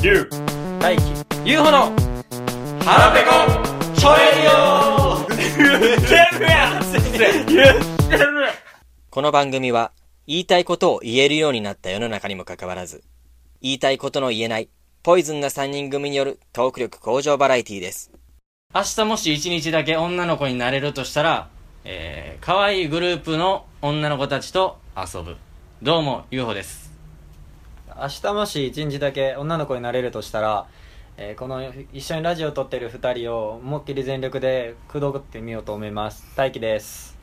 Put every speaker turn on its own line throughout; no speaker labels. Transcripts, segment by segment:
ゆう、
大輝 UFO の
腹ペコ、ちょえりよ全部や言ってる
この番組は言いたいことを言えるようになった世の中にもかかわらず言いたいことの言えないポイズンな3人組によるトーク力向上バラエティーです
明日もし一日だけ女の子になれるとしたら、えー、可愛いグループの女の子たちと遊ぶ。どうも、UFO です。
明日もし一日だけ女の子になれるとしたら、えーこの一緒にラジオを撮ってる2人を思いっきり全力で口説ってみようと思います大輝です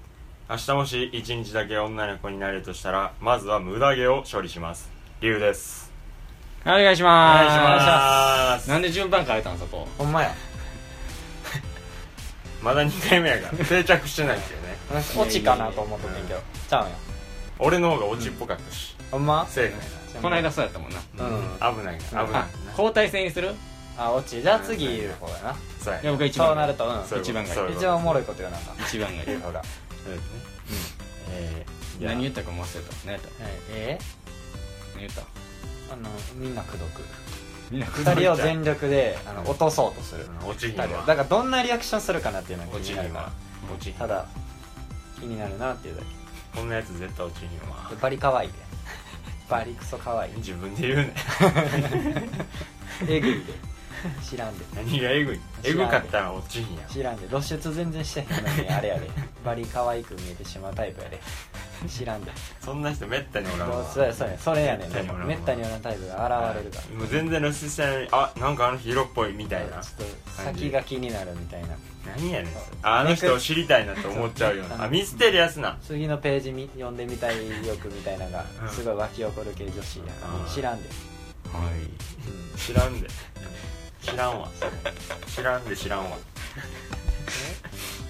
明日もし一日だけ女の子になれるとしたら、まずは無駄毛を処理します。りゅうです。
お願いしま
お
す。
願いします
なんで順番変えたんそこ。
ほんまや
まだ2回目やから、定着してないですよね。
オチかなと思っとってんけどちゃうんや
俺の方がオチっぽかったし、
ほんま
せえ
この間そうやったもんな。
な。
うん
危ないから、危ない
あ。、交代制にする
あオチじゃあ次言う方やな
そうや
いや、僕が一番。
そうなるとうん
そういうこと
一番がいい
そういうこと
一番おもろいこと言わなあかん
一番がいい。
言う方が
そうですねえーじゃあ
何言ったかも忘れた。何やった
え
何言った
ーあのみんな口説く
みんな
2人を全力であの落とそうとする
うんオチに
二人をだ
は、
からどんなリアクションするかなっていうのが
オ
気
チ
に
に
なるから
は、オチに
ただ気になるなっていうだけ
こんなやつ絶対オチには
で。バリ可愛いでバリクソ可愛い
自分で言うね。
えぐいで知らんで
何がエグいエグかったらオチにや。
知らんで露出全然してへんのにあれやでバリ可愛く見えてしまうタイプやで知らんで
そんな人めったにおらん
どう
わ。
そうやそうやそれやねん
めったにおらんわ
めったになタイプが現れるか
もう全然露出してないのにあなんかあの人色っぽいみた
ら、
いな
ちょっと先が気になるみたいな
何やねんああの人を知りたいなと思っちゃうようなあミステリアスな
次のページみ読んでみたい欲みたいなのが
うん
すごい湧き起こる系女子やから、
うん
知らんで、
はい。
知らんで知らんわ知らんで知らんわ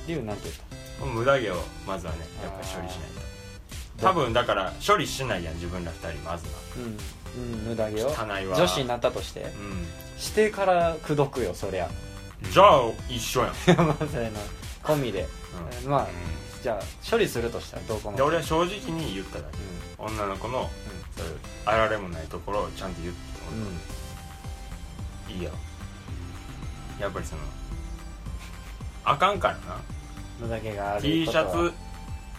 リュウなんて言った
無駄毛をまずはねやっぱ処理しないと多分だから処理しないやん自分ら二人まずは
うん、うん、無駄毛を
汚いわ
女子になったとして
う
してから口説くよそりゃ
んじゃあ一緒やん
まあそれの込みで、まあじゃあ処理するとしたらどうかも
で俺は正直に言っただけ
う
女の子のそういうあられもないところをちゃんと言って
んうん
いいよやっぱりそのあかんからな
無駄毛がある
T シ
ことは
ャツ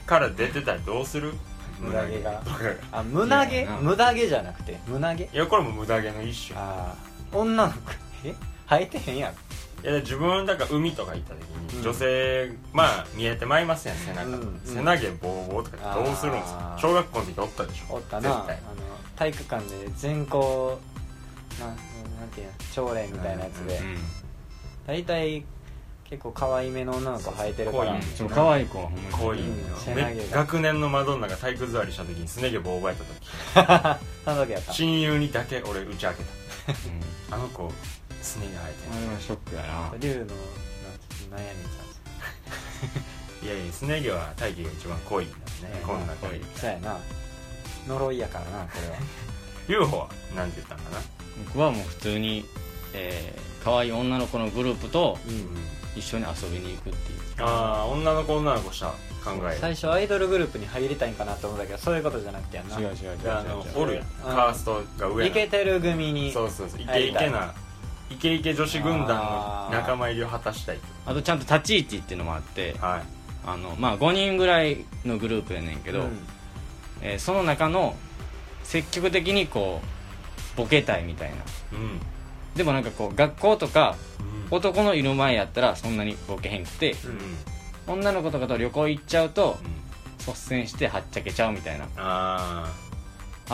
から出てたらどうする
無駄毛が
無駄毛
あ胸
い
毛
やな
無駄毛じゃなくて胸毛
いやこれも無駄毛の一種
ああ女の子え生えてへんやん
いや自分だから海とか行った時に、
うん
女性まあ見えてまいりますやん背中、
うんうん
背中ボーボーとかどうするんですか
あー
小学校の時おったでしょ
おったなあ
絶
の
対
体育館で全校ななんていうの朝礼みたいなやつで
う
大体結構可愛めの女の子生えてるから
そうそ
ん。ちょ、可愛い子はほんまに
こういう
うん背
め
中が
学年のマドンナが体育座りした時にすね毛ボーボーやった時
その時やった
親友にだけ俺打ち明
う
け
ん
たあの子すね毛生えて
あれはショックやな。
龍のなん悩み
ないいやいやすね毛は大気が一番濃いんだね、
うん
こんな濃
濃
い
い
ちゃうそうやな呪いやからなこれは
UFO はなんて言ったんかな
僕はもう普通に、えー、可愛い女の子のグループと
うん
一緒に遊びに行くっていう
ああ女の子女の子した考え
最初アイドルグループに入りたいんかなと思うんだけどそういうことじゃなくてやんな
違う違う違う違
であの
う違う
おるやんカーストが上
イ
の
ケてる組に
そうそうそうイケイケなイケイケ女子軍団の仲間入りを果たしたい
あとちゃんと立ち位置っていうのもあって
はい
あの、まあ、5人ぐらいのグループやねんけど、
うん
えーその中の積極的にこうボケたいみたいな
うん
でもなんかこう学校とか
うん
男のいる前やったらそんなにボケへんくて
うんうん
女の子とかと旅行行っちゃうと率先してはっちゃけちゃうみたいな
あ
あ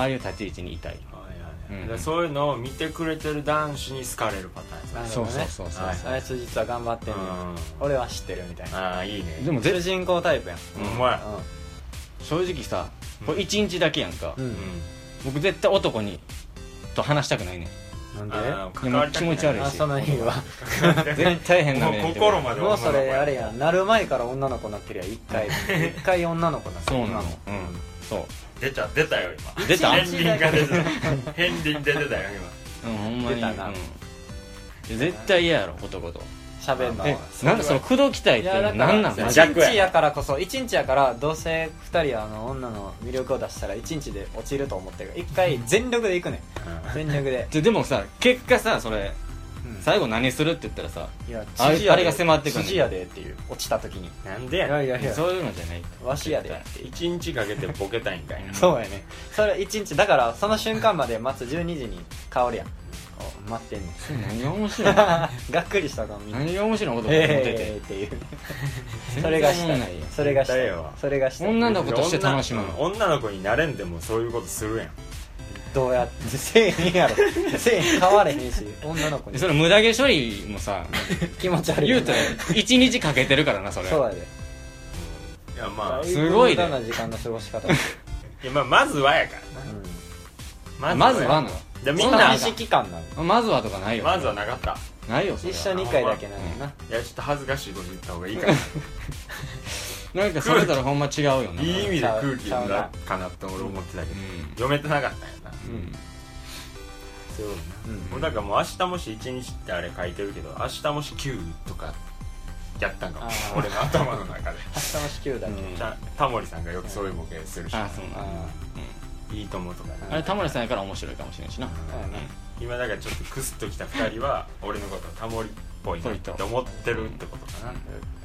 あいう立ち位置にいたい
あはいはいは
う
い
ん
でそういうのを見てくれてる男子に好かれるパターン
な
で
る
すね
ほ
そ
ど
う
ね
そうそうそう
は
あいつ実は頑張ってんねん
うん
俺は知ってるみたいな
ああいいね
でも
主
絶
人公タイプやん
うまい
正直さ
うん
これ1日だけやんか、
うん
う
僕絶対男にと話したく ないねん
うん
ん
なん
あー関わりたくな
気
い
持ち悪い
であその日は
絶対変な目で
もう
見てくる
心まで
もうそれあれ
や
やんなる前から女の子になってるやん一回一回女の子になって
そ
る
うなのう
うん
んそ
出ちゃ出たよ今
出た
片鱗 が出てた片鱗出てたよ
ううんほんま
出
にう
た
ん
な
絶対嫌やろ男と
喋んの
え
は
なんでその口説きたいっていうの何なん
いや
マ
だ
ジ
から
で
1日やからこそ1日やからどうせ2人はあの女の魅力を出したら1日で落ちると思ってるから1回全力で行くねん
今
全力で、
ででもさ結果さそれ
うん
最後何するって言ったらさ
いや
あれ
知事
あ
やで
れが迫ってくる
知事やでっていう落ちた時にい
なんでやね
や
ん
いやいや
そういうのじゃない
わしやで
絶
一日かけてボケたいんかいな
そうやね それ一日だからその瞬間まで待つ12時に変わるやんお待ってん の
対何が面白いの
がっくりしたかもみんな
何が面白いのこと思ってて、
えーっていうそれがし
全然思ん
たい
ないよ
それがしたい
絶対よ
それがしたい
女の子として楽しむの
女の子になれんでもそういうことするやん
どうやってせえへんや ろせえへん変われへんし女の子
で
に
それ無駄毛処理も さ
気持ち悪い
言うたら1日かけてるからなそれ
そうやで
いやまあ
すごいね
無駄な時間の過ごし 方、
いやまあまずはやか
う
らな
まずはな
じゃあみ
ん、
ん
そんな
な
意識感なの
まずはとかないよ
まずはなかった
ないよそれ
一
は
緒に1回だけなのよな、
いやちょっと恥ずかしいこと言った方がいいかな
なんかそれぞれほんま違うよない
い意
う
味で空気になるかなって俺思ってたけど
ん
読めてなかったんやな
うん
そういうこ
うん
となもうだからもう明日もし1日ってあれ書いてるけど明日もし9とかやったんかも
あー
俺の頭の中で
明日の支給だけ、
うん
じゃあタモリさんがよくそういうボケするし
あそうなん
あ
いいともとかね
あれタモリさんやから面白いかもしれんしな
あうん
今だからちょっとクスッときた2人は俺のことタモリっぽいなって思ってるってことかな
あ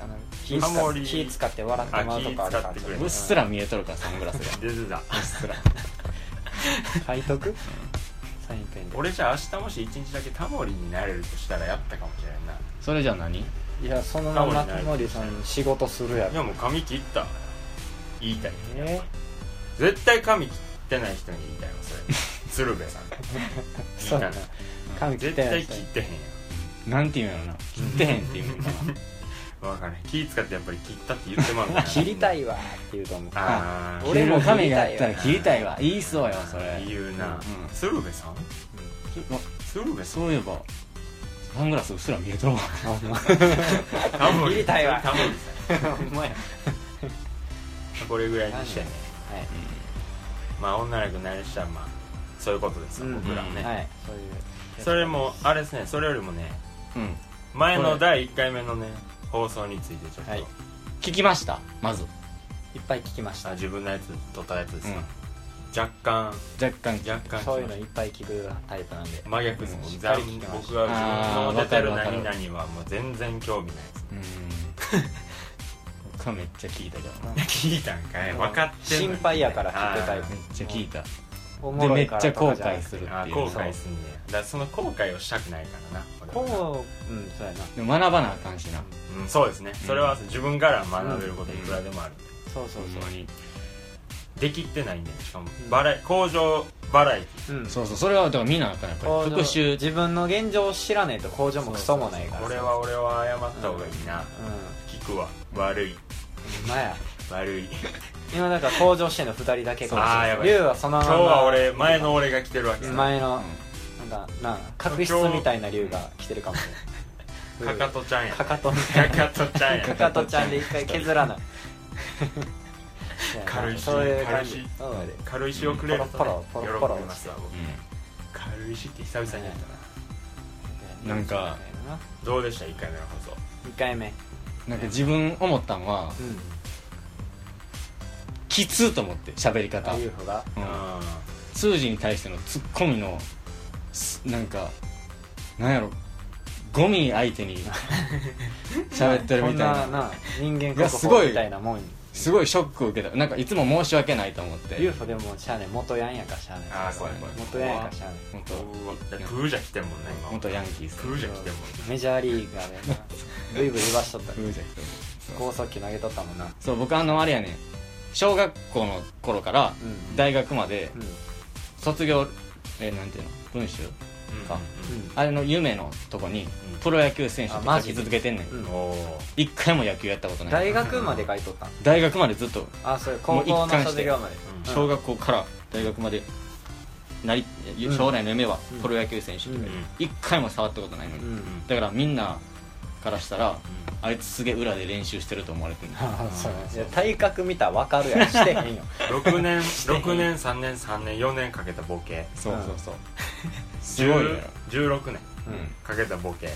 の気
タモリ
使気使って笑ってもらうとかあるから
あ気使ってくれ
うっすら見えとるからサングラスが
出てた
うっすら
書いとくサインペンで
俺じゃあ明日もし1日だけタモリになれるとしたらやったかもしれんない
それじゃあ何
いやそのまま
タモリない
タモリさんに仕事するや
い
ろ
やもう髪切った言いたい
え
絶対髪切ってない人に言いたいわそれ鶴瓶さん
そうやな髪切っ
絶
てな
対
い
切ってへん
なんて言うんやろな切ってへんって言うんかな
やん分かんない気使ってやっぱり切ったって言ってまうから
切りた
い
いわって言うと 思う
ああ
俺も髪がやったら切りたいわ言いそうよそれ
言うな、
うん
鶴瓶さん
ま
鶴瓶さん
そういえばサングラスうっすら見えとるわ
タモリ
切りたいわ
タモリ
ほんまや
さんこれぐらいにしてね
はい
まあ女の子になりしたらまあそういうことですよ、
うん
僕らはね、
はい、そういう
それもあれですねそれよりもね
うん
前
こ
の
れ
第1回目のね放送についてちょっと、
はい
聞きましたまず
いっぱい聞きまし
あ
た
自分のやつ撮ったやつですか、若干
若干
若干
そういうのいっぱい聞くタイプなんで
真逆です
う
も
ん
ん
しっ
ざ
か
ん
り聞きました
僕が自分の出てる
あーわかるわか
何々はもう全然興味ないです
うん 僕はめっちゃ聞いたけどなめっ
聞いたんかい分かってんのに
心配やから聞くタイプ
ちゃ聞いた
お
で
もろ
めっ
い
ち
から
ゃ
と
後
かじゃな
悔
くて
するっ
あー
てい
後
う
悔すんねやだからその後悔をしたくないからな
こ
俺は
ううんそうやな
でも学ばなあかんしな
うん、そうですねそれは自分から学べることいくらでもある、
そうそう
ほんまに
できてないんでしかも
ん
バラエ工場バラエテ
そううん
そうそうそれはだから見なあかんやっぱり復習
自分の現状を知らないと工場もクソもないから
ィこれは俺は謝った方がいいな、
うん
聞くわ悪い
ほんまや
悪い
今だから工場してんの2人だけかもしれ
あー
な
や
い
ばい
リュウはその
今
ま
日
ま
は俺前の俺が来てるわけさ
前
う
の
ん
なんかなんか確執みたいなリュウが来てるかもしれな
か
い
かとちゃんや
かか とみた
か
いな
かとちゃん や
かかとちゃんで一回削らないそうやな
軽石
そういう感じ
軽石
うん
軽石をくれると、
ポ
ね
ロ、ポ
喜
ロ
び
ポロポロ
ますわ僕軽石って久々にやったな、
なんか
どうでした1回目の放送
1回目
うんなんか自分思ったんは
うん
きつと思って喋り方
あ UFO が
うん
あ
数字に対してのツッコミのすなんかなんやろゴミ相手 に喋ってるみたい
こ
なん
なな人間
いや
国
すご
宝
い
みたいなもんに
すごいショックを受けたなんかいつも申し訳ないと思って
UFO でもしゃあね元ヤンやからしゃあね
あー怖い怖い
元ヤンやからしゃあね
本
ーうわだからプージャ来てんもんね
当
今
元ヤンキーっす
プージャ来てんもん
メジャーリーガーでなブイブイ言わしとった
風邪来てる
高速球投げとったもんな
そう僕あのあれやね小学校の頃から
うん
大学まで
うん
卒業えなんていうの文集
ね
あれの夢のとこに
うん
プロ野球選手って
あマ
書
ジ
き続けてんねん
うん
うんおー
一回も野球やったことない
大学まで書いとったん
大学までずっと
あそう高校の卒業まで
うん
うん
小学校から大学までなり
ん
将来の夢は
うん
プロ野球選手とか
うん
一回も触ったことないの
う
に
ん
だからみんなからしたら
う
あいつすげえ裏で練習してると思われてる
あーそうやいや体格見たら分かるやんしてへんよ
ん6年6年3年3年4年かけたボケ
そうう
そ
そううそうすごいよ
10 16年
うん
かけたボケ
う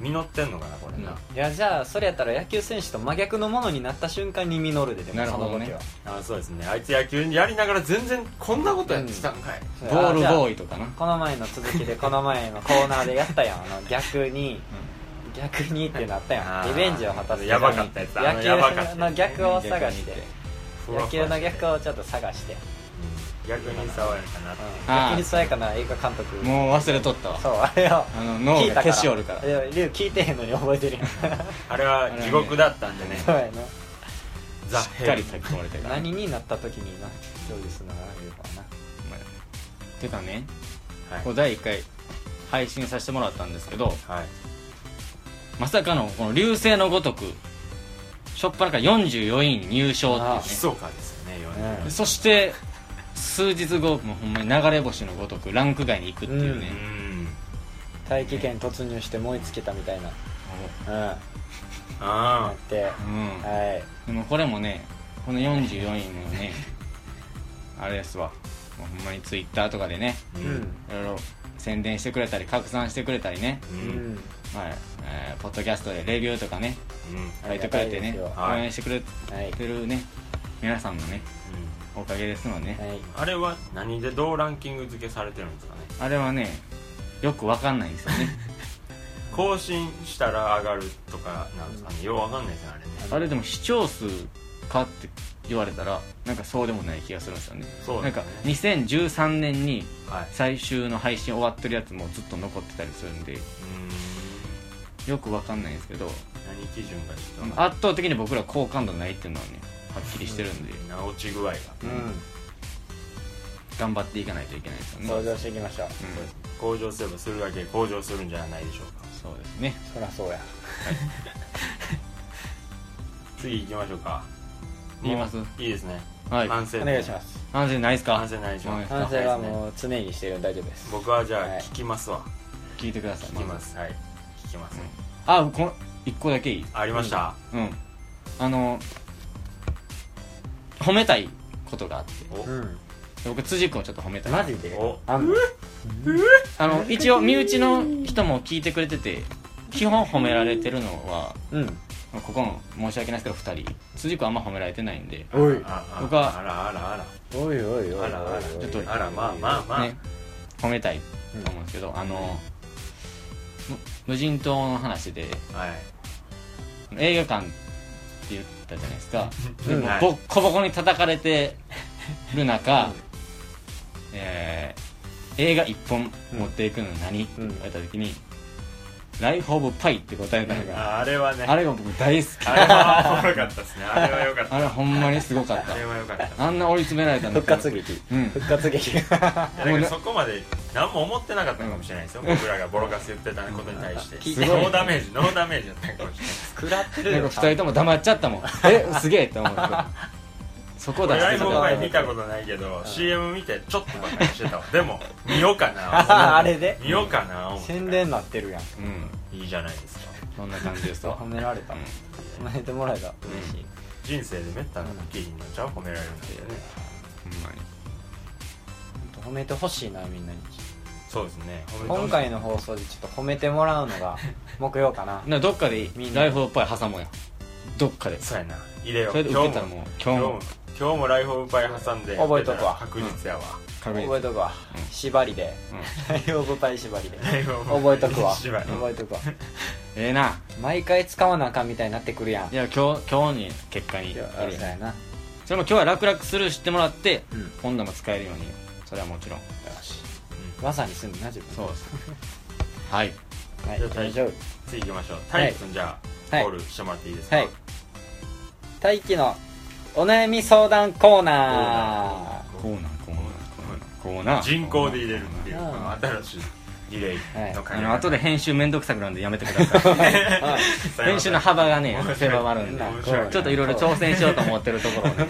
実ってんのかなこれ
ん
な、
いやじゃあそれやったら野球選手と真逆のものになった瞬間に実るででも
なるほどね
その時は
あそうですねあいつ野球やりながら全然こんなことやってたんかい、
ボール
あじゃあ
ボーイとかな
この前の続きでこの前のコーナーでやったやんあの逆に逆にってなったや
あ
ん
ー
リベンジを果たす
やばかったやつあのやばかっ
野
た
球の逆を探して
ふわふ
野球
わ
の
して
逆をちょっと探して、うん、
うん逆に爽やかなって
あー
野球に爽やかな映画監督
もう忘れとったわ
そうあれを
あの脳
聞いた
が
から
消しおるから
いやリュウ聞いてへんのに覚えてるやん
あれは地獄だったんでね
そうや
ザ・
しっ
ヘ
か
ル
り書き込まれてる
な
から
何になった時にな料理するのかな言うか
てかね
はい
こう第1回配信させてもらったんですけど
はい
まさかのこの流星のごとく初っ端から44位入賞っていう
あ
ね
ー
密かですね
な
そして数日後もうほんまに流れ星のごとくランク外に行くっていうね
う、ん
大気圏突入して燃え尽きたみたいなうんな
あ
っては
うんで
い
もこれもねこの44位の ねあれですわもうほんまにツイッターとかでね
あう
うん
いろいろ宣伝してくれたり拡散してくれたりね、
う
うん
ん
はいえーポッドキャストでレビューとかね
うん
あ
書いて
りが
く
た
れ
い
て
で
ね
すよ
応援してくれ
はい
てるね皆さんのねおかげですのでね、
はい
あれは何でどうランキング付けされてるんですかね
あれはねよくわかんないんですよね
更新したら上がるとかなんですかねようわかんないですねあれね
あれでも視聴数かって言われたらなんかそうでもない気がするんですよね
そ
な
う
ん
です
か
ね
2013年に
はい
最終の配信終わってるやつもずっと残ってたりするんで
うん
よくわかんないんですけど
何基準がちょっと
圧倒的に僕ら好感度ないっていうのはねはっきりしてるんで
な落ち具合が
うん
頑張っていかないといけないですよね
登場していきましょう
うん
向上すればするだけ向上するんじゃないでしょうか
そうですね
そりゃそうや
次行きましょうか
言います
いいですね
はい
反省
お願いします
反省ないですか
反省ないでしょ
はい
反省はもう常にしてるんで大丈夫です
僕はじゃあ
はい
聞きますわ
聞いてください
聞きますはい聞きま
う
す
んあこの1個だけいい
ありました
うんあの褒めたいことがあって
お
うん
僕辻君をちょっと褒めたい
マジで
お
あんの
あの一応身内の人も聞いてくれてて基本褒められてるのは
うん
ここの申し訳ないですけど2人辻君あんま褒められてないんで
おい
ああ
僕は
あらあらあら
おいおいおい
あらあら
おい
ちょっと
あらまあまあまあ、
ね褒めたいと思うんですけど、あのむ無人島の話で
はい
映画館って言ったじゃないですか
うん
でも
はい
ボッコボコに叩かれてる中、えー映画1本持っていくの何、って言われた時に「ライフ・オブ・パイ」って答えたのが、
ああれはね
あれが僕大好き
あれはおもろかったですねあれはよ かった
あれほんまにすごかっ
あれはよかった
たあんな追い詰められたの
復活劇
うん
復活劇
いやだからそこまで何も思ってなかったのかもしれないですよ、僕らがボロカス言ってたことに対して
聞い
て
ノーダメージノーダメージだったのかもしれないです
食らって
なんか2人とも黙っちゃったもんえすげえって思ってそこ出して
俺ライ
た
ブ
から
前見たことないけど、CM 見てちょっとバカにしてたわでも見よう
あ
か な
あれで
見ようかな思って
宣伝なってるやん
うん
いいじゃないですか
そんな感じ ですわ
褒められた
うん
褒めてもらえた嬉しい
人生でめったな記事になっちゃう褒められるんだよね
ほんまに
ほんと褒めてほしいなみんなに
そうですね褒めてほしい
今回の放送でちょっと褒めてもらうのが目標かな
などっかでいい
みんな
ライフ・オブ・パイ挟もうやどっかでそ
そうやな入れよう
れで受けたらもう今
今
日
日
も
も今日もライフオブパイ挟んで
覚えとくわ
確実やわ、
確認
覚えとくわ
うん
縛りで
うん
大オブパイ縛りで
ライフオブパイ
覚えとくわ
縛り
覚えとくわ
ええな
毎回使わなあかんみたいになってくるやん
いや今日今日に結果に
いや
ある
そう
やん
やな
それも今日は楽々スルーしてもらって、
うん
今度も使えるようにそれはもちろん
まさにすんのな自分
そうですはい
はい大丈夫
次行きましょう太一君じゃあ、
はい
コールしてもらっていいですか、
はい大輝のお悩み相談コーナ
こうなんこうなんこうなんこうなん
人工で入れるっていう
うん
この新しいリレーの考
あ
え
の
方
後で編集めんどくさくなるんでやめてください編集の幅がね狭まるんで
面
白いね
ちょっといろいろ挑戦しようと思ってるところをね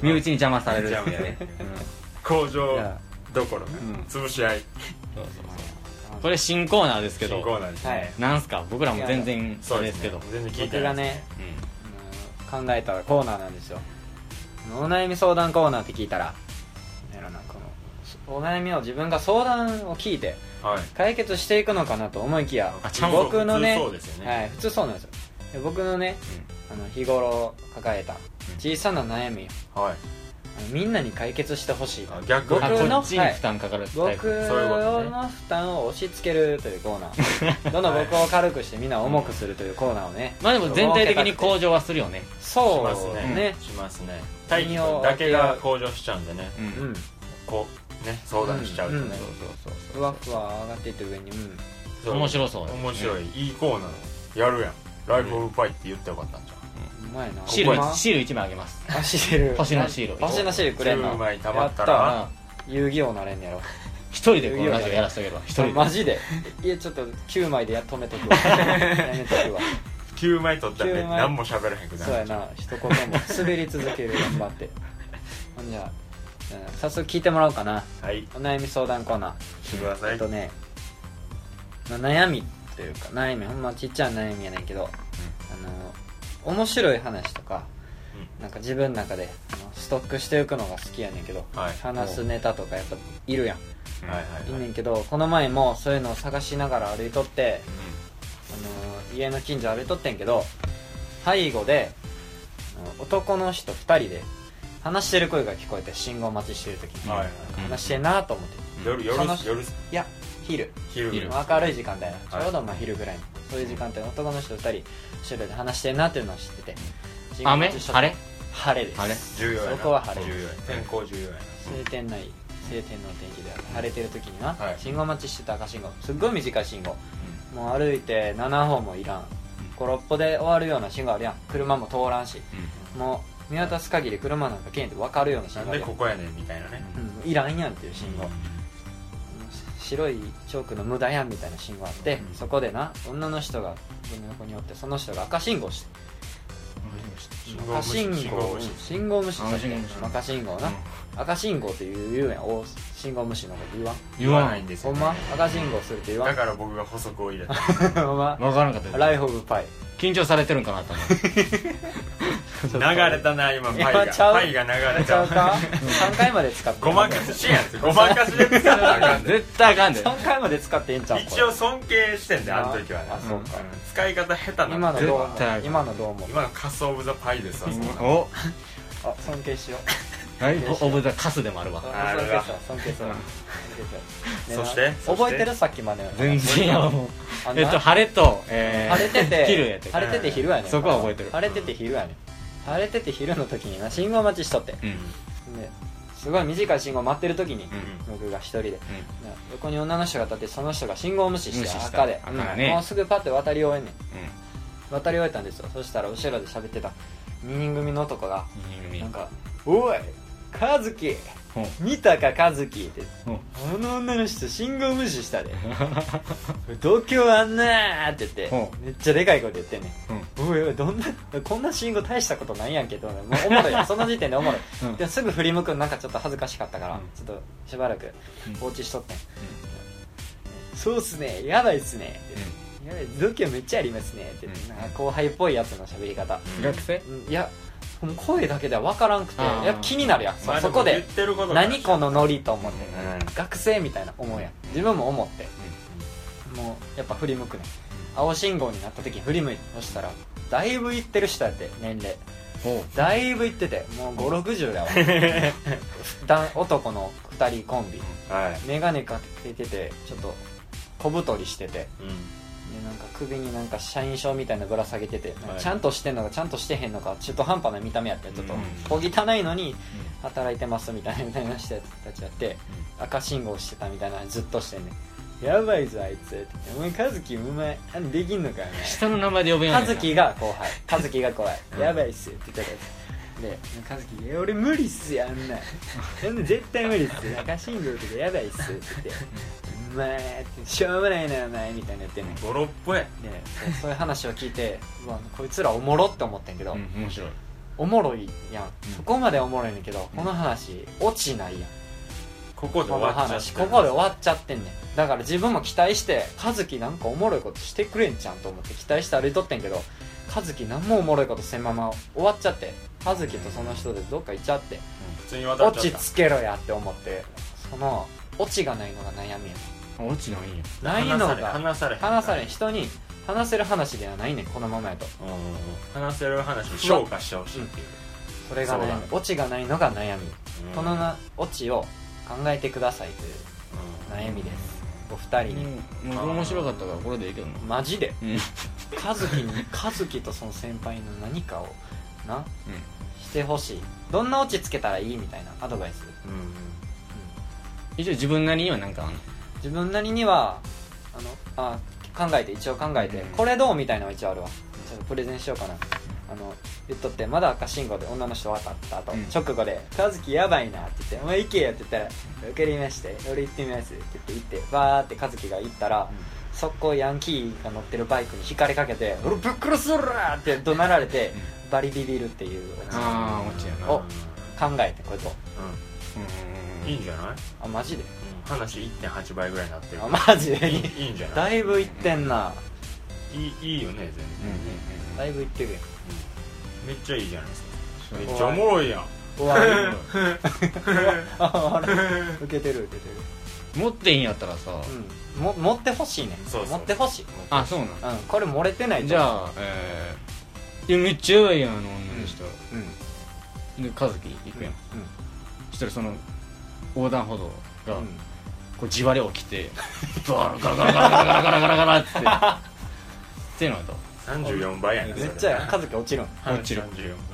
身内に邪魔されるっていうね、
邪
うん
工場
いや
どころか
ん
潰し合い
これ新コーナーですけ
新
ど
コーナーです
はい
ね
なんすか僕らも全然
そ
あ
う
れで
で
す
す
け
け
ど
ど全然
ー
聞いて
僕が
ない
ね
うん
あの考えたコーナーなんですよお悩み相談コーナーって聞いたらなんやろなこのお悩みを自分が相談を聞いて
はい
解決していくのかなと思いきや
あちゃんと
僕のね
普通そうですよね
はい、普通そうなんですよで僕のね、あの日頃抱えた小さな悩みを
はい
あのみんなに解決してほしい
あ逆
僕
あこ
の、
っちに負担かかるタイ
僕
プ
いうことね
の負担を押し付けるというコーナ ーどんどん僕を軽くしてみんなを重くするというコーナーをね
まあでも全体的に向上はするよね
し
そ
ます
う
ね
ね
しますね大輝くんだけが向上しちゃうんでね
うん
う
うん
ん
こうね相談しちゃうと
うんう
ね
ん
そう
ふわふわ上がっていって上にうん
そう
面白そう
面白いいいコーナーやるやんライフオブパイって言ってよかったんじゃ
うまいな
シ
ここ
ー
や
ルシール一枚あげます
あシール
星のシール
星のシールくれん
ん
の
10枚たまった
や
ら
あ
遊戯王なれんやろ
一人でこのラジオやらせてあげれば一人で
マジでいやちょっと9枚でやっとめとくわやめとくわ
9枚取ったらね
9枚
何も喋らへんくな
そうや
る
な一言も滑り続ける頑張ってほんじゃあうん早速聞いてもらおうかな
はい
お悩み相談コーナー
してくださ
え
い
っとね、まあ悩みというか悩みほんまちっちゃい悩みやねんけど、あの面白い話とか、なんか自分の中であのストックしていくのが好きやねんけど、
はい
話すネタとかやっぱいるやん、
はいはい
い
はいい
ねんけどこの前もそういうのを探しながら歩いとって、あの家の近所歩いとってんけど背後であの男の人2人で話してる声が聞こえて信号待ちしてる時に、
はいはい
話してんなと思って、
夜夜
楽しい
夜
いや昼
昼
昼
明るい時間だよち
はい
ょうどまあ昼ぐらいのそういう時間帯の男の人2人後ろで話してるなっていうのを知ってて
雨
信号待ちしとった
晴れ
晴れです
晴れ
重要やな
そこは晴れ
重要や天候重要や
晴天ない晴天の天気で晴れてる時にな、
はい
信号待ちしてた赤信号すっごい短い信号もう歩いて7本もいらん56歩で終わるような信号あるやん車も通らんしもう見渡す限り車なんかけんって分かるような信
な
号
ん
あるや
で
ん
ここやねんみたいなね
うんいらんやんっていう信号、白いチョークの無駄やんみたいな信号あって、
うん
そこでな女の人が僕の横におってその人が赤信号して赤信
信
号
号
無
無視
視信号無視させて
あ信号無視
赤信号な、赤信号っていう言うやんお信号無視のこと言わん
言わないんで
です
ほんま赤信号するって言わ
だ
ん
から僕が補足 を入れた
ほんま
分からなかった
ライ
です
フ・オブ・パイ
緊張されてるんかなと思って
流れたな今パイ
今
が
ちゃう
パイが流れ
ちゃう
た
か3回まで使って
ごまかしやつごまかしで使ったらあかんで
絶対あかんで
3回まで使っていいんちゃう
一応尊敬してんだよあの時はね
あそうか
ん使い方下手な
今の
の
どう
絶対あ
も
る
今のどうも
今のカスオブザパイですわそんなの
お
あ尊敬しよう
ライフオブザカスでもあるわ
あ
尊敬しよう尊敬しよう尊敬しよう
そして
ね
そして
覚えてるさっきまでの
全然やわもう
あんな
えっと晴れとえー
晴れて て
昼やって
晴れてて昼やねん
そこは覚えてる
晴れてて昼やねん晴れてて昼の時にな信号待ちしとって
うん
ですごい短い信号待ってる時に僕が一人でな横に女の人が立ってその人が信号無視して
無視した
赤で
赤だ
う
ね
んもうすぐパッて渡り終えんねん
う
渡り終えたんですよそしたら後ろで喋ってた2人組の男が
んいい組
なんか「おい和樹
ほう
見たか和樹」って
ほう
「あの女の人信号無視したで東京あんな」って言って
ほ
めっちゃでかい声で言ってんねん「おいおいどんなこんな信号大したことないやんけど」もうおもろ いよその時点でおもろい、
うん
でもすぐ振り向くのなんかちょっと恥ずかしかったから、
うん
ちょっとしばらく
うん
放置しとってん、そうっすねやばいっすね」ってやばい度胸めっちゃありますね」って言って、
うん
なんか後輩っぽいやつの喋り方、
うん学生
うんいやもう声だけでは分からんくて
あー
やっぱ気になるやんそ
まあ
そこ
も言
で
ってることが
何このノリと思って、
うん
学生みたいな思うやん自分も思って、もうやっぱ振り向くね青信号になった時に振り向いてそしたらだいぶいってる人やって年齢
ほ
だいぶいっててもう560だわ だ男の2人コンビ
はい
眼鏡かけててちょっと小太りしてて
うん
でなんか首になんか社員証みたいなぶら下げてて、なんか
はい
ちゃんとしてんのかちゃんとしてへんのか中途半端な見た目やったちょっと
うん
小汚いのに働いてますみたいなみたいな人たちやって、赤信号してたみたいなのずっとしてんねんやばいぞあいつってお前和樹うまいあんできんのかよ
う下の名前で呼べ
お
よ
前和樹が後輩和樹が後輩やばいっすって言ってたやつで和樹いや俺無理っすよあんなあんな絶対無理っすよ赤信号とかやばいっすって言って「うまい」って「しょうもないなお前」みたいなやってんねん
ボロっぽい
でそうそういう話を聞いてうわこいつらおもろって思ってんけど、
うん面白い
おもろいやん、そこまでおもろいねんけどこの話落ちないやん
ここで
こ
終
の
わっちゃっ
話
て
ここで終わっちゃってんねんだから自分も期待して和樹なんかおもろいことしてくれんじゃんと思って期待して歩いとってんけど和樹なんもおもろいことせんまま終わっちゃって和樹とその人でどっか行っちゃって
普通に渡っ
落
ちゃ
ち
った
つけろやって思ってその落ちがないのが悩みやねん
落ちないんや
ないの
話され
が
話されへん
話されん人に話せる話ではないねんこのままやと
うんうんうん話せる話を消化してほしいっていう
それが
そう
ね
だね
オチがないのが悩み、
うん
このなオチを考えてくださいという
うん
悩みですお二人に、
うん僕面白かったからこれでいいけどな
マジで
うん
和樹に 和樹とその先輩の何かをなしてほしいどんなオチつけたらいいみたいなアドバイス、
うん
一応自分なりには何かあんの
自分なりにはあのあ考えて一応考えて、
うん
これどうみたいなのは一応あるわちょっとプレゼンしようかなあの言っとってまだ赤信号で女の人渡った後、
うん
直後で「和樹やばいな」って言って「お前行けよ」って言ったら「受け入れまして俺行ってみます」って言って行ってバーって和樹が行ったら、速攻ヤンキーが乗ってるバイクにひかれかけて「俺ぶっ殺すぞら!」って怒鳴られて、バリビビるっていうオチ
ああ落ちやな
お考えてこれと
うん
うんいいんじゃない
あマジで
話1.8倍ぐらいになってる
あマ ジで
いいいいんじゃな
だ
い
いぶ行ってんない
いいいよね
う
全
んうん
だいぶ行ってるよ
然めっちゃいいじゃないですか
うん
めっちゃおもろいやん
うわ
うん
あ あれ 受けてる受けてる
持っていいんやったらさ
うんも持ってほしいね
そうそう
持ってほしい
あそうなん
うんこれ漏れてない
じ
あ
ゃあえーいやめっちゃやばいやんあの女の人
うんうん
で和樹行くやんそしたらその横断歩道が
うん
こう地割れ起きてガラガラガラガラガラガラガラガラってっていうのはどう
34倍やね
めっちゃやん和樹落ちるん
落
落ちる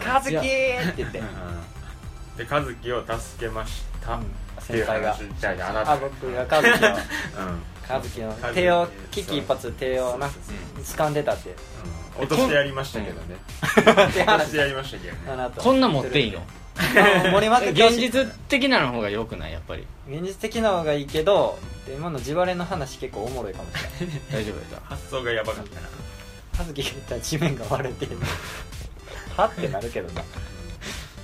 和樹って言って
で和樹を助けましたってい
先
う
輩が
話じゃああなた
あ
うん
僕が和樹を和樹の手を危機一髪手をな
そうそ
掴
う
んでた って
うん落としてやりましたけどね
手
落と
話
してやりましたけどね
あなた
こんなん持っていい の
あ盛りまくってほ
現
しい
実的なの方が良くないやっぱり
現実的な方がいいけどで今の地割れの話結構おもろいかもしれない
大丈夫やった
発想がやばかったな
葉月が言ったら地面が割れて るはってなるけどな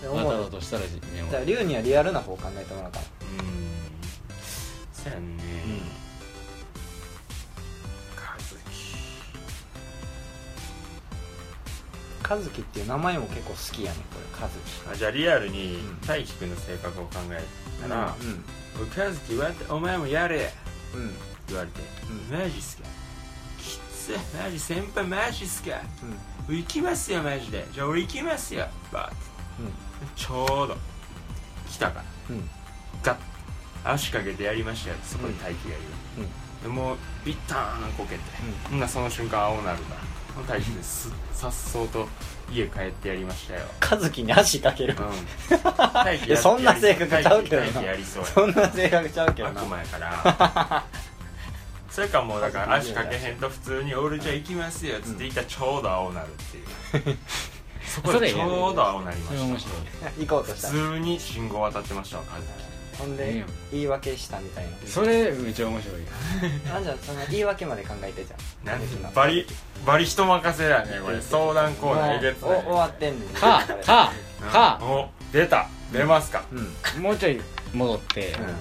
で
わ
思
ざ
う
わとしたらね
じゃあ龍にはリアルな方を考えてもらおうかな
うんそうやね和樹
和樹っていう名前も結構好きやねこれ和樹
あじゃあリアルに
うん
大輝くんの性格を考えたら
うん
「おい和樹言われてお前もやれ!」
うんうん
言われて
う
マジっすかきつマジ先輩マジっすか行きますよマジでじゃあ俺行きますよバーッちょうど来たから
うんうん
ガッ足かけてやりましたよそこに待機がいる、でもうビッターンこけて、ほんならその瞬間青なるからその待機ですさっそうと家帰ってやりまし たよ
和樹に足かける
うん大輝や
いやそんな性格ちゃうけどな
大輝やりそうや
そんな性格ちゃうけどな
悪魔やから それかもうだから足かけへんと普通に「俺じゃあ行きますよ」っつって行ったらちょうど青なるっていう そこでちょうど青なりま
それは面
し
白
行こうと
た
し
普
た
通に信号渡ってましたわ完
ほん
いい
で
よ
言い訳したみたい
いそれめっちゃ面白い
なあじゃあその言い訳まで考えてじゃん
全になんてバリバリ人任せだねこれ相談コーナーえげつ
もう
な
お
い
終わってんねん
か
これ
か
うん
か
お出た出ますか
うん
もうちょい戻って
うん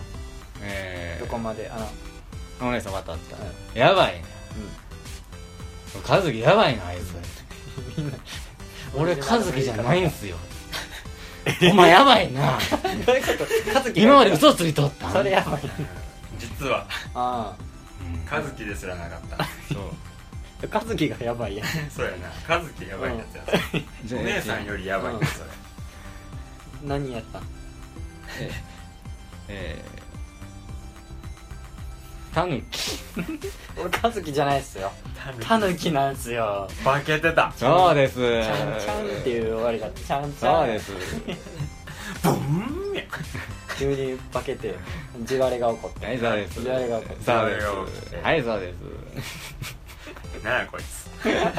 え
どこまであの
ー お姉さんまたあった
うん
やばいね和樹やばいなあいつ俺和樹じゃないんすよお前やばいな
うんどういうこと和樹が
今まで嘘ついとったん
それやばい
実は
あ
うん
和樹ですらなか った
そう
あ和樹がやばいやん
そうやな和樹やばいやつや
じゃ
お
あ
姉さんよりやばいなそれ
何やったん
えータヌキ
俺和樹じゃないっすよタヌキなんすよ
化けてた
そうです
ちゃんちゃんっていう終わりがちゃんち
そ
ゃ
うんです
ボンや
急に化けて地割れが起こって
はいそうです
地割れが起こって
そうで
そうです
すはいそうです
なんやこいつなんや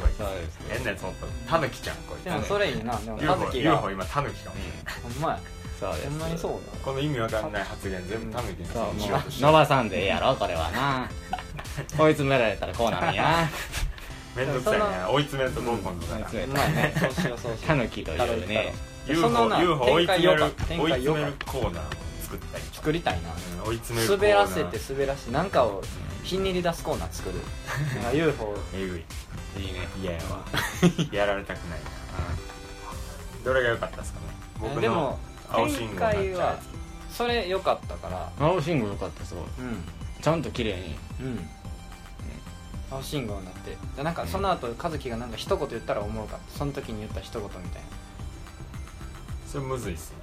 こいつ
そうです
変なやつおったタヌキちゃんこいつ
でもそれいいなでも和
UFO,
樹が
UFO
ほん
今タヌキかも、
まや
そうです
ほんまにそうな
この意味わかんない発言全部タヌキに
そう
し
も
ようとし
う
てる
伸ばさんでええやろこれはな追い詰められたらこうなるんや
めんどくさい
そ
な追い詰めるとボンボンとか
追い
な
詰
ほん
め
ま
た
やねそうしようそうしよ
タ
う
ヌキというね
その
UFO,
な
UFO 追
展
い
開
詰め
良
る
かっ
追
展
い
開良か
詰め
っ
るコーナーを作ったりとか
作りたいな
うん追い詰めるコーナ
滑
ー
らせて滑らしてなんかをひねり出すコーナー 作るなんか UFO
えぐい
いいね
嫌やわやられたくないなどれが良かったですかね僕
で
の
も
青信号になっちゃうや
それ良かったから
青信号よかったすごい
うん
ちゃんと綺麗に
うん青信号になってでなんかその後和樹がなんか一言言ったらおもろかったその時に言った一言みたいな
それむずいっすね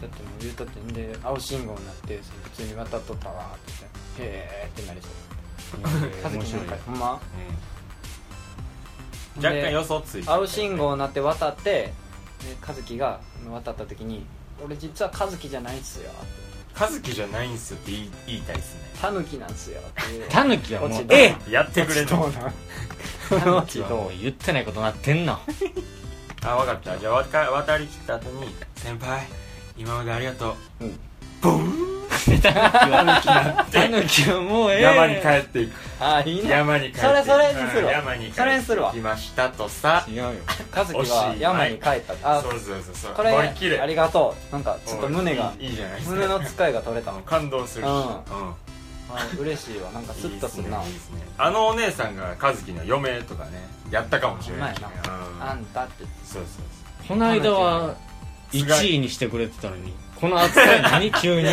だってもう言うたってんで青信号になってそれ普通に渡っとったわって言ってへえってなりそう和
面
樹
白
ないんかほんま
若干
で
予想ついて
青信号になって渡ってで和樹が渡った時に「俺実は和樹じゃないっすよ」
和樹じゃないんすよって言い言いたいっすね
タヌキなんすよ」っていう
タヌキはも
落
う
ち
え
え
やってくれと
タヌ
っ
キ
も
ど
う言ってないことなってんな
あ分かったじゃあわか渡りきった後に「先輩今までありがとう」
うん
ボーン
タヌキはもうええ
山に帰ってい
う
く
ああいいね
山に帰っていく
それそれにするわ
うん山に帰
それにするわ
ってきましたとさ
違うよ
和樹は山に帰ったあ
そうそうそうそう
こ
こ
れ
れ綺麗
ありがとうなんかちょっと胸が
うんいいいいじゃないですか
胸の使いが取れた
あ
の
の感動するし
うん
うん
あ嬉しいわなんかスッとすんない
いっすねいいっすねあのお姉さんが和樹の嫁とかねやったかもしれない
ほんま
うん
あんたって
そうそうそう
この間は
タヌキが
1位にしてくれてたのにこの扱い何急に
で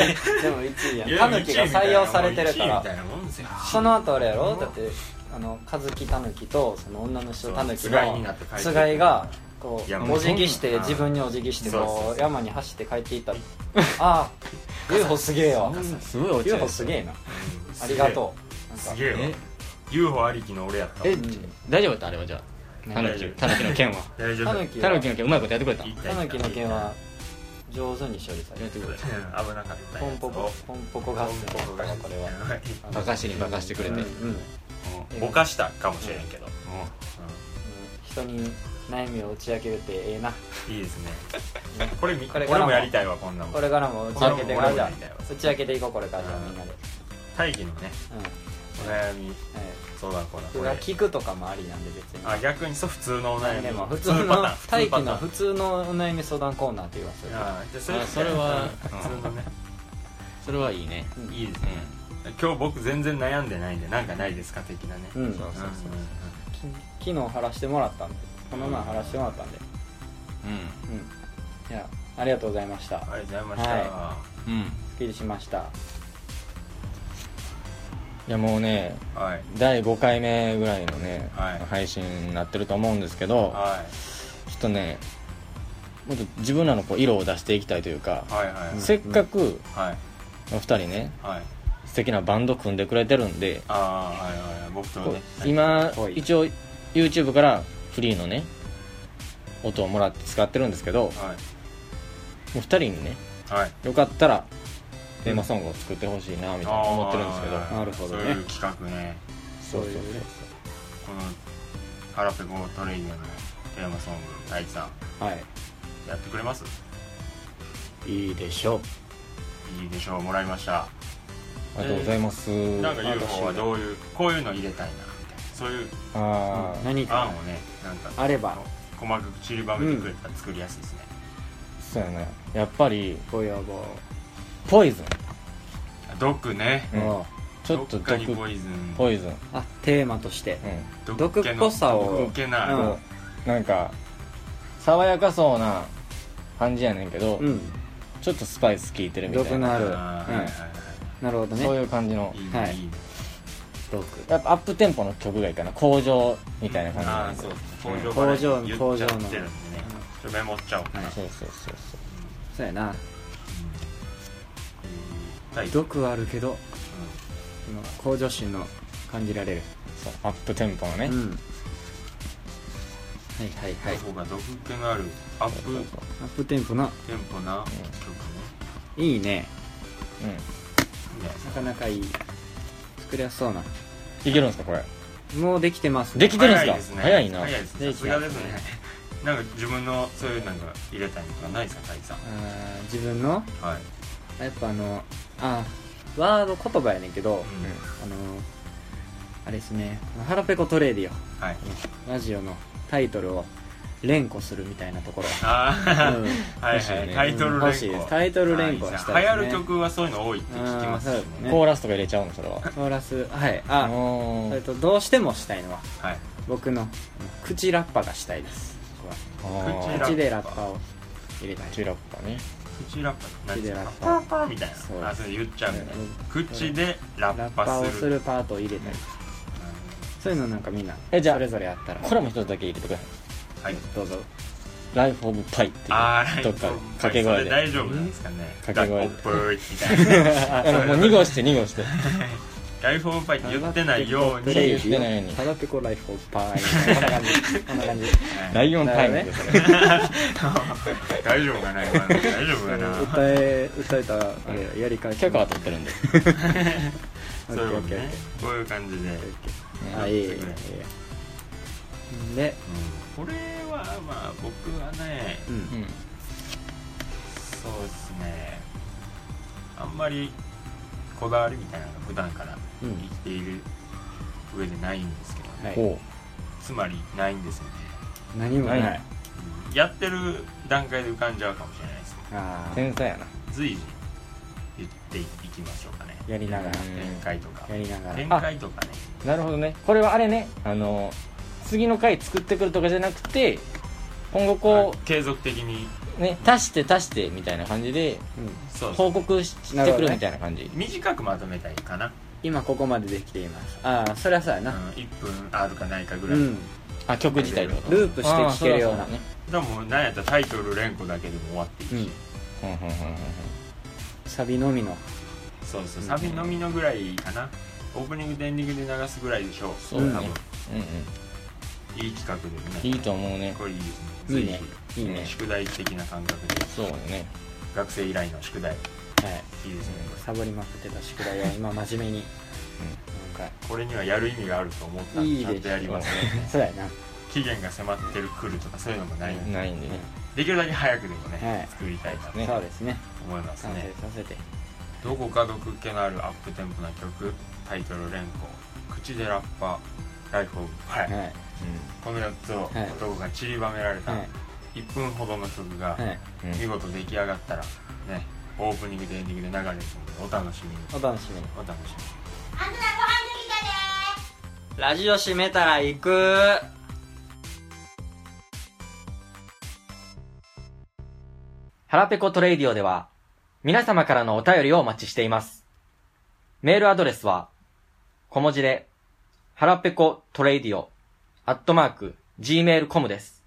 も1位や
いや
んタヌキが採用されてるか
1位み
ら
たいなもんですよ
その後あれやろだってあの和樹タヌキとその女の人タヌキ
つがいにな
の
って帰って
つがいがこ
いや
う
もう
お辞儀し
そん
て
な
自分にお辞儀して
そうそうそう
こう山に走って帰っていったあ あ UFO すげえわ
すごい落ち
UFO すげえなありがとう
す
え
げえわ UFO ありきの俺やった
え
わ
大丈夫だったあれはじゃあタヌ
大
キ
丈夫
タヌキの件は
大丈夫
タヌキ
タ
は
ヌキの件うまいことやってくれたや
タヌキの件は上手に処理され
っててくれた
うん 危なかった
ポンポコポンポコガスだったからこれは
バカしにバカしてくれて、
うん
う
うんん
ぼかしたかもしれんけど
人に悩みを打ち明けるってええない
いですねこれみ
こ
こ
れ
れ
からも
もやりたいわこんなも
こ
ん
れからも打ち明けていこうじゃ
これも
あ打ち明けていこうこれからじゃあみんなで
大義のね
うん
お悩み
え
相談コーナー
え
こ
僕が
れ
聞くとかもありなんで別に
あ逆にそう普通のお悩み
でも普通の
タ
大
イ
気
プ
の普通のお悩み相談コーナーって言わせる
あーじゃあそれ
あそれは
普通のね
それはいいね
いいですね今日僕全然悩んでないんでなんかないですか的なね
うん
そうそうそう
き昨日貼らしてもらったんでこの前貼らしてもらったんで
う
いやありがとうございました
ありがとうございました、
は
んうん
すっきりしました
いやもうね
はい
第5回目ぐらいのね、
はい
配信になってると思うんですけど
は
ちょっとねもっと自分らのこう色を出していきたいというか
いはいはい
せっかく
はい
お二人ね
はい
素敵なバンド組んでくれてるんで、
ああはいはいはい僕と
こ
ね
う今
はい
一応 YouTube からフリーのね音をもらって使ってるんですけども
はい
二
う
人にね
はい
よかったらテーマソングを作ってほしいなみたいな思ってるんですけど
あー
なるほどね
そういう企画ね
そうそうそう
この「カラペゴトレイヤー」のテーマソング大地さん
はい
やってくれます
いいでしょう
いいでしょうもらいました
ありがとうございます、
なんか
私
UFO はどういうこういうの入れたいなみたいなそういう
あー
何
案
か
をねなんか
あれば
細かく散りばめてくれたら作りやすいですね、
そうやねやっぱり
ご要望
ポイズン
毒ね
うん
を
ちょっと
どっかに
毒
ポイズン
ポイズン、
あテーマとして
う
毒っ気の
毒っぽさを
毒っ気な、
うん
ん、なんか爽やかそうな感じやねんけど、
うん
ちょっとスパイス効いてるみた
毒
い
の
な
ある
あーはいはいはい
なるほど
そう
ね
いう感じの
いい
は
ね
い
いいね
毒
やっぱアップテンポの曲がいいかな工場みたいな
ああ
感じ
そう
の、
です
うん
ね工場から
工場の
言っちゃってるんでねちょっとメモっちゃおうかな、
はい
そうそうそうそう
そうやな
うんはい
毒はあるけど
う
この向上心の感じられる
そうアップテンポのね、
うんはいはいはい
んどこが毒気のあるアップ
アップテンポな
テンポな曲
いいね
う、
ねね
なかなかいい作りやすそうな
い
ん
けるんですかこれ
もうできてます
できてるんすか
早いですね
早いな
早いですねさすがですねなんか自分のそういうなんか入れたいのとかないですか大地さん
あー自分の
はい、
やっぱあのあワード言葉やねんけど、
うん
あのあれですねハラペコトレーディ
はい
オラジオのタイトルを連呼するみたいなところ、
あ
うん
あはい
欲しい
は
よ
い
ね
タイトル
欲しい
連
です
呼
タイトル連呼はしたい
あ
で
いい
すね
すね流行る曲はそういうの多いって聞きますし
あーそ
ね
うですね
コーラスとか入れちゃうのそれは
コーラスはい
あ
あ
の
それとどうしてもしたいのは
はい
僕の口ラッパがしたいです
口ラッパ
口でラッパを入れたい
チュラッパね
あ口ラッパ
口でラッ
な
パ
んつうかパーパーみたい
そう
なあそれ言っちゃうみたいな口でラ
ラ
ッ
ッパ
パ
を
する
するパートを入れたりそういうのなんかみんな
えじゃあ
それぞれやったら
これも一つだけ入れてください
はい
どうぞ
ライフ・オブ・パイっていう
あー
どっか掛け声
それ
で
大丈夫なんですかね
掛け声で
ラッパっぽいみたいな
ああのもう濁して濁 して
ライフオブパイって言ってないよう
プ
に
レイ
言ってないように
ただペコライフをパーイこんな感じこんな感じ
ライオンタイムですよね
大丈夫かな今の大丈夫かな
歌え歌えたあれやり 返
許可は取ってるんで
オッ
そう
ケ
い
ー
う
オ
こ
ッ
と
ケー
ねこういう感じで、うん
あいいよいいよいいよで
これはまあ僕はね
うん
うん
そうですねあんまりこだわりみたいなのが普段から
う
生
ん
きている上でないんですけど、
はい
ほ
つまりないんですよね、
何も
な
ないい
うんやってる段階で浮かんじゃうかもしれないですけ
あ
う
ー
天才やな
ど随時言っていきましょうかね
やりながら
うん
展開とか
やりながら
展開とかね
なるほどねこれはあれねあの次の回作ってくるとかじゃなくて今後こ
継続的に
うね足して足してみたいな感じで
うん
そうそう
報告し
な
して
るほ
く
ど
る
ね
みたいな感じ
短くまとめたいかな、
今ここまでできていますああそりゃそうや
うん、
な
1分あるかないかぐ
う
らい、
ん
あ曲自体ってこと
ループして聴けるような
あーそ
でもなんやったらタイトル連呼だけでも終わっていいし、
う
う
ん
だそうだねうんうんうんうん
サビのみの
そうそうサビのみのぐらいかなオープニングとエンディングで流すぐらいでしょう
そうだねうん
いい企画です
うん
ね
いいと思うね
これいいですね
いいねいいね
ぜひ宿題的な感覚で
そうだね
学生以来の宿題
はい
いいですね
サボりまくってた宿題を今真面目になんか
これにはやる意味があると思ったん
いい
で
で
ち
し
ゃ
ょ
んとやります ね
そうやな
期限が迫ってる来るとかそういうのもないんで
ないんでね
できるだけ早くでも
はい
ね作りたいなと
ね
そうですね
思います
完成
ね
させて
どこか毒気のあるアップテンポな曲タイトル連呼口でラッパーライフオブファイ
はい
この4つを
はい
どこか散りばめられた
はい
1分ほどの曲が
はい
うんうん
見事出来上がったらねオープニングとエンディングで流れるのでお楽しみに
お楽しみに
お楽しみに
ラジオ閉めたら行く
腹ペコトレイディオでは、皆様からのお便りをお待ちしています。メールアドレスは、小文字で、腹ペコトレイディオ、アットマーク、gmail.com です。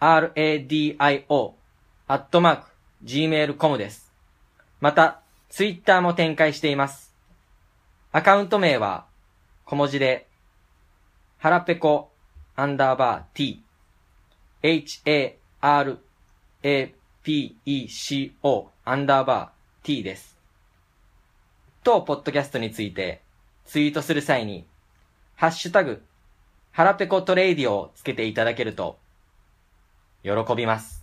h-a-r-a-p-e-c-o-t-r-y-r-a-d-i-o、アットマーク、gmail.com です。また、ツイッターも展開しています。アカウント名は、小文字で、腹ペコアンダーバー t, h, a, r, a, p, e, c, o, アンダーバー t です。当ポッドキャストについてツイートする際に、ハッシュタグ、腹ペコトレイディオをつけていただけると、喜びます。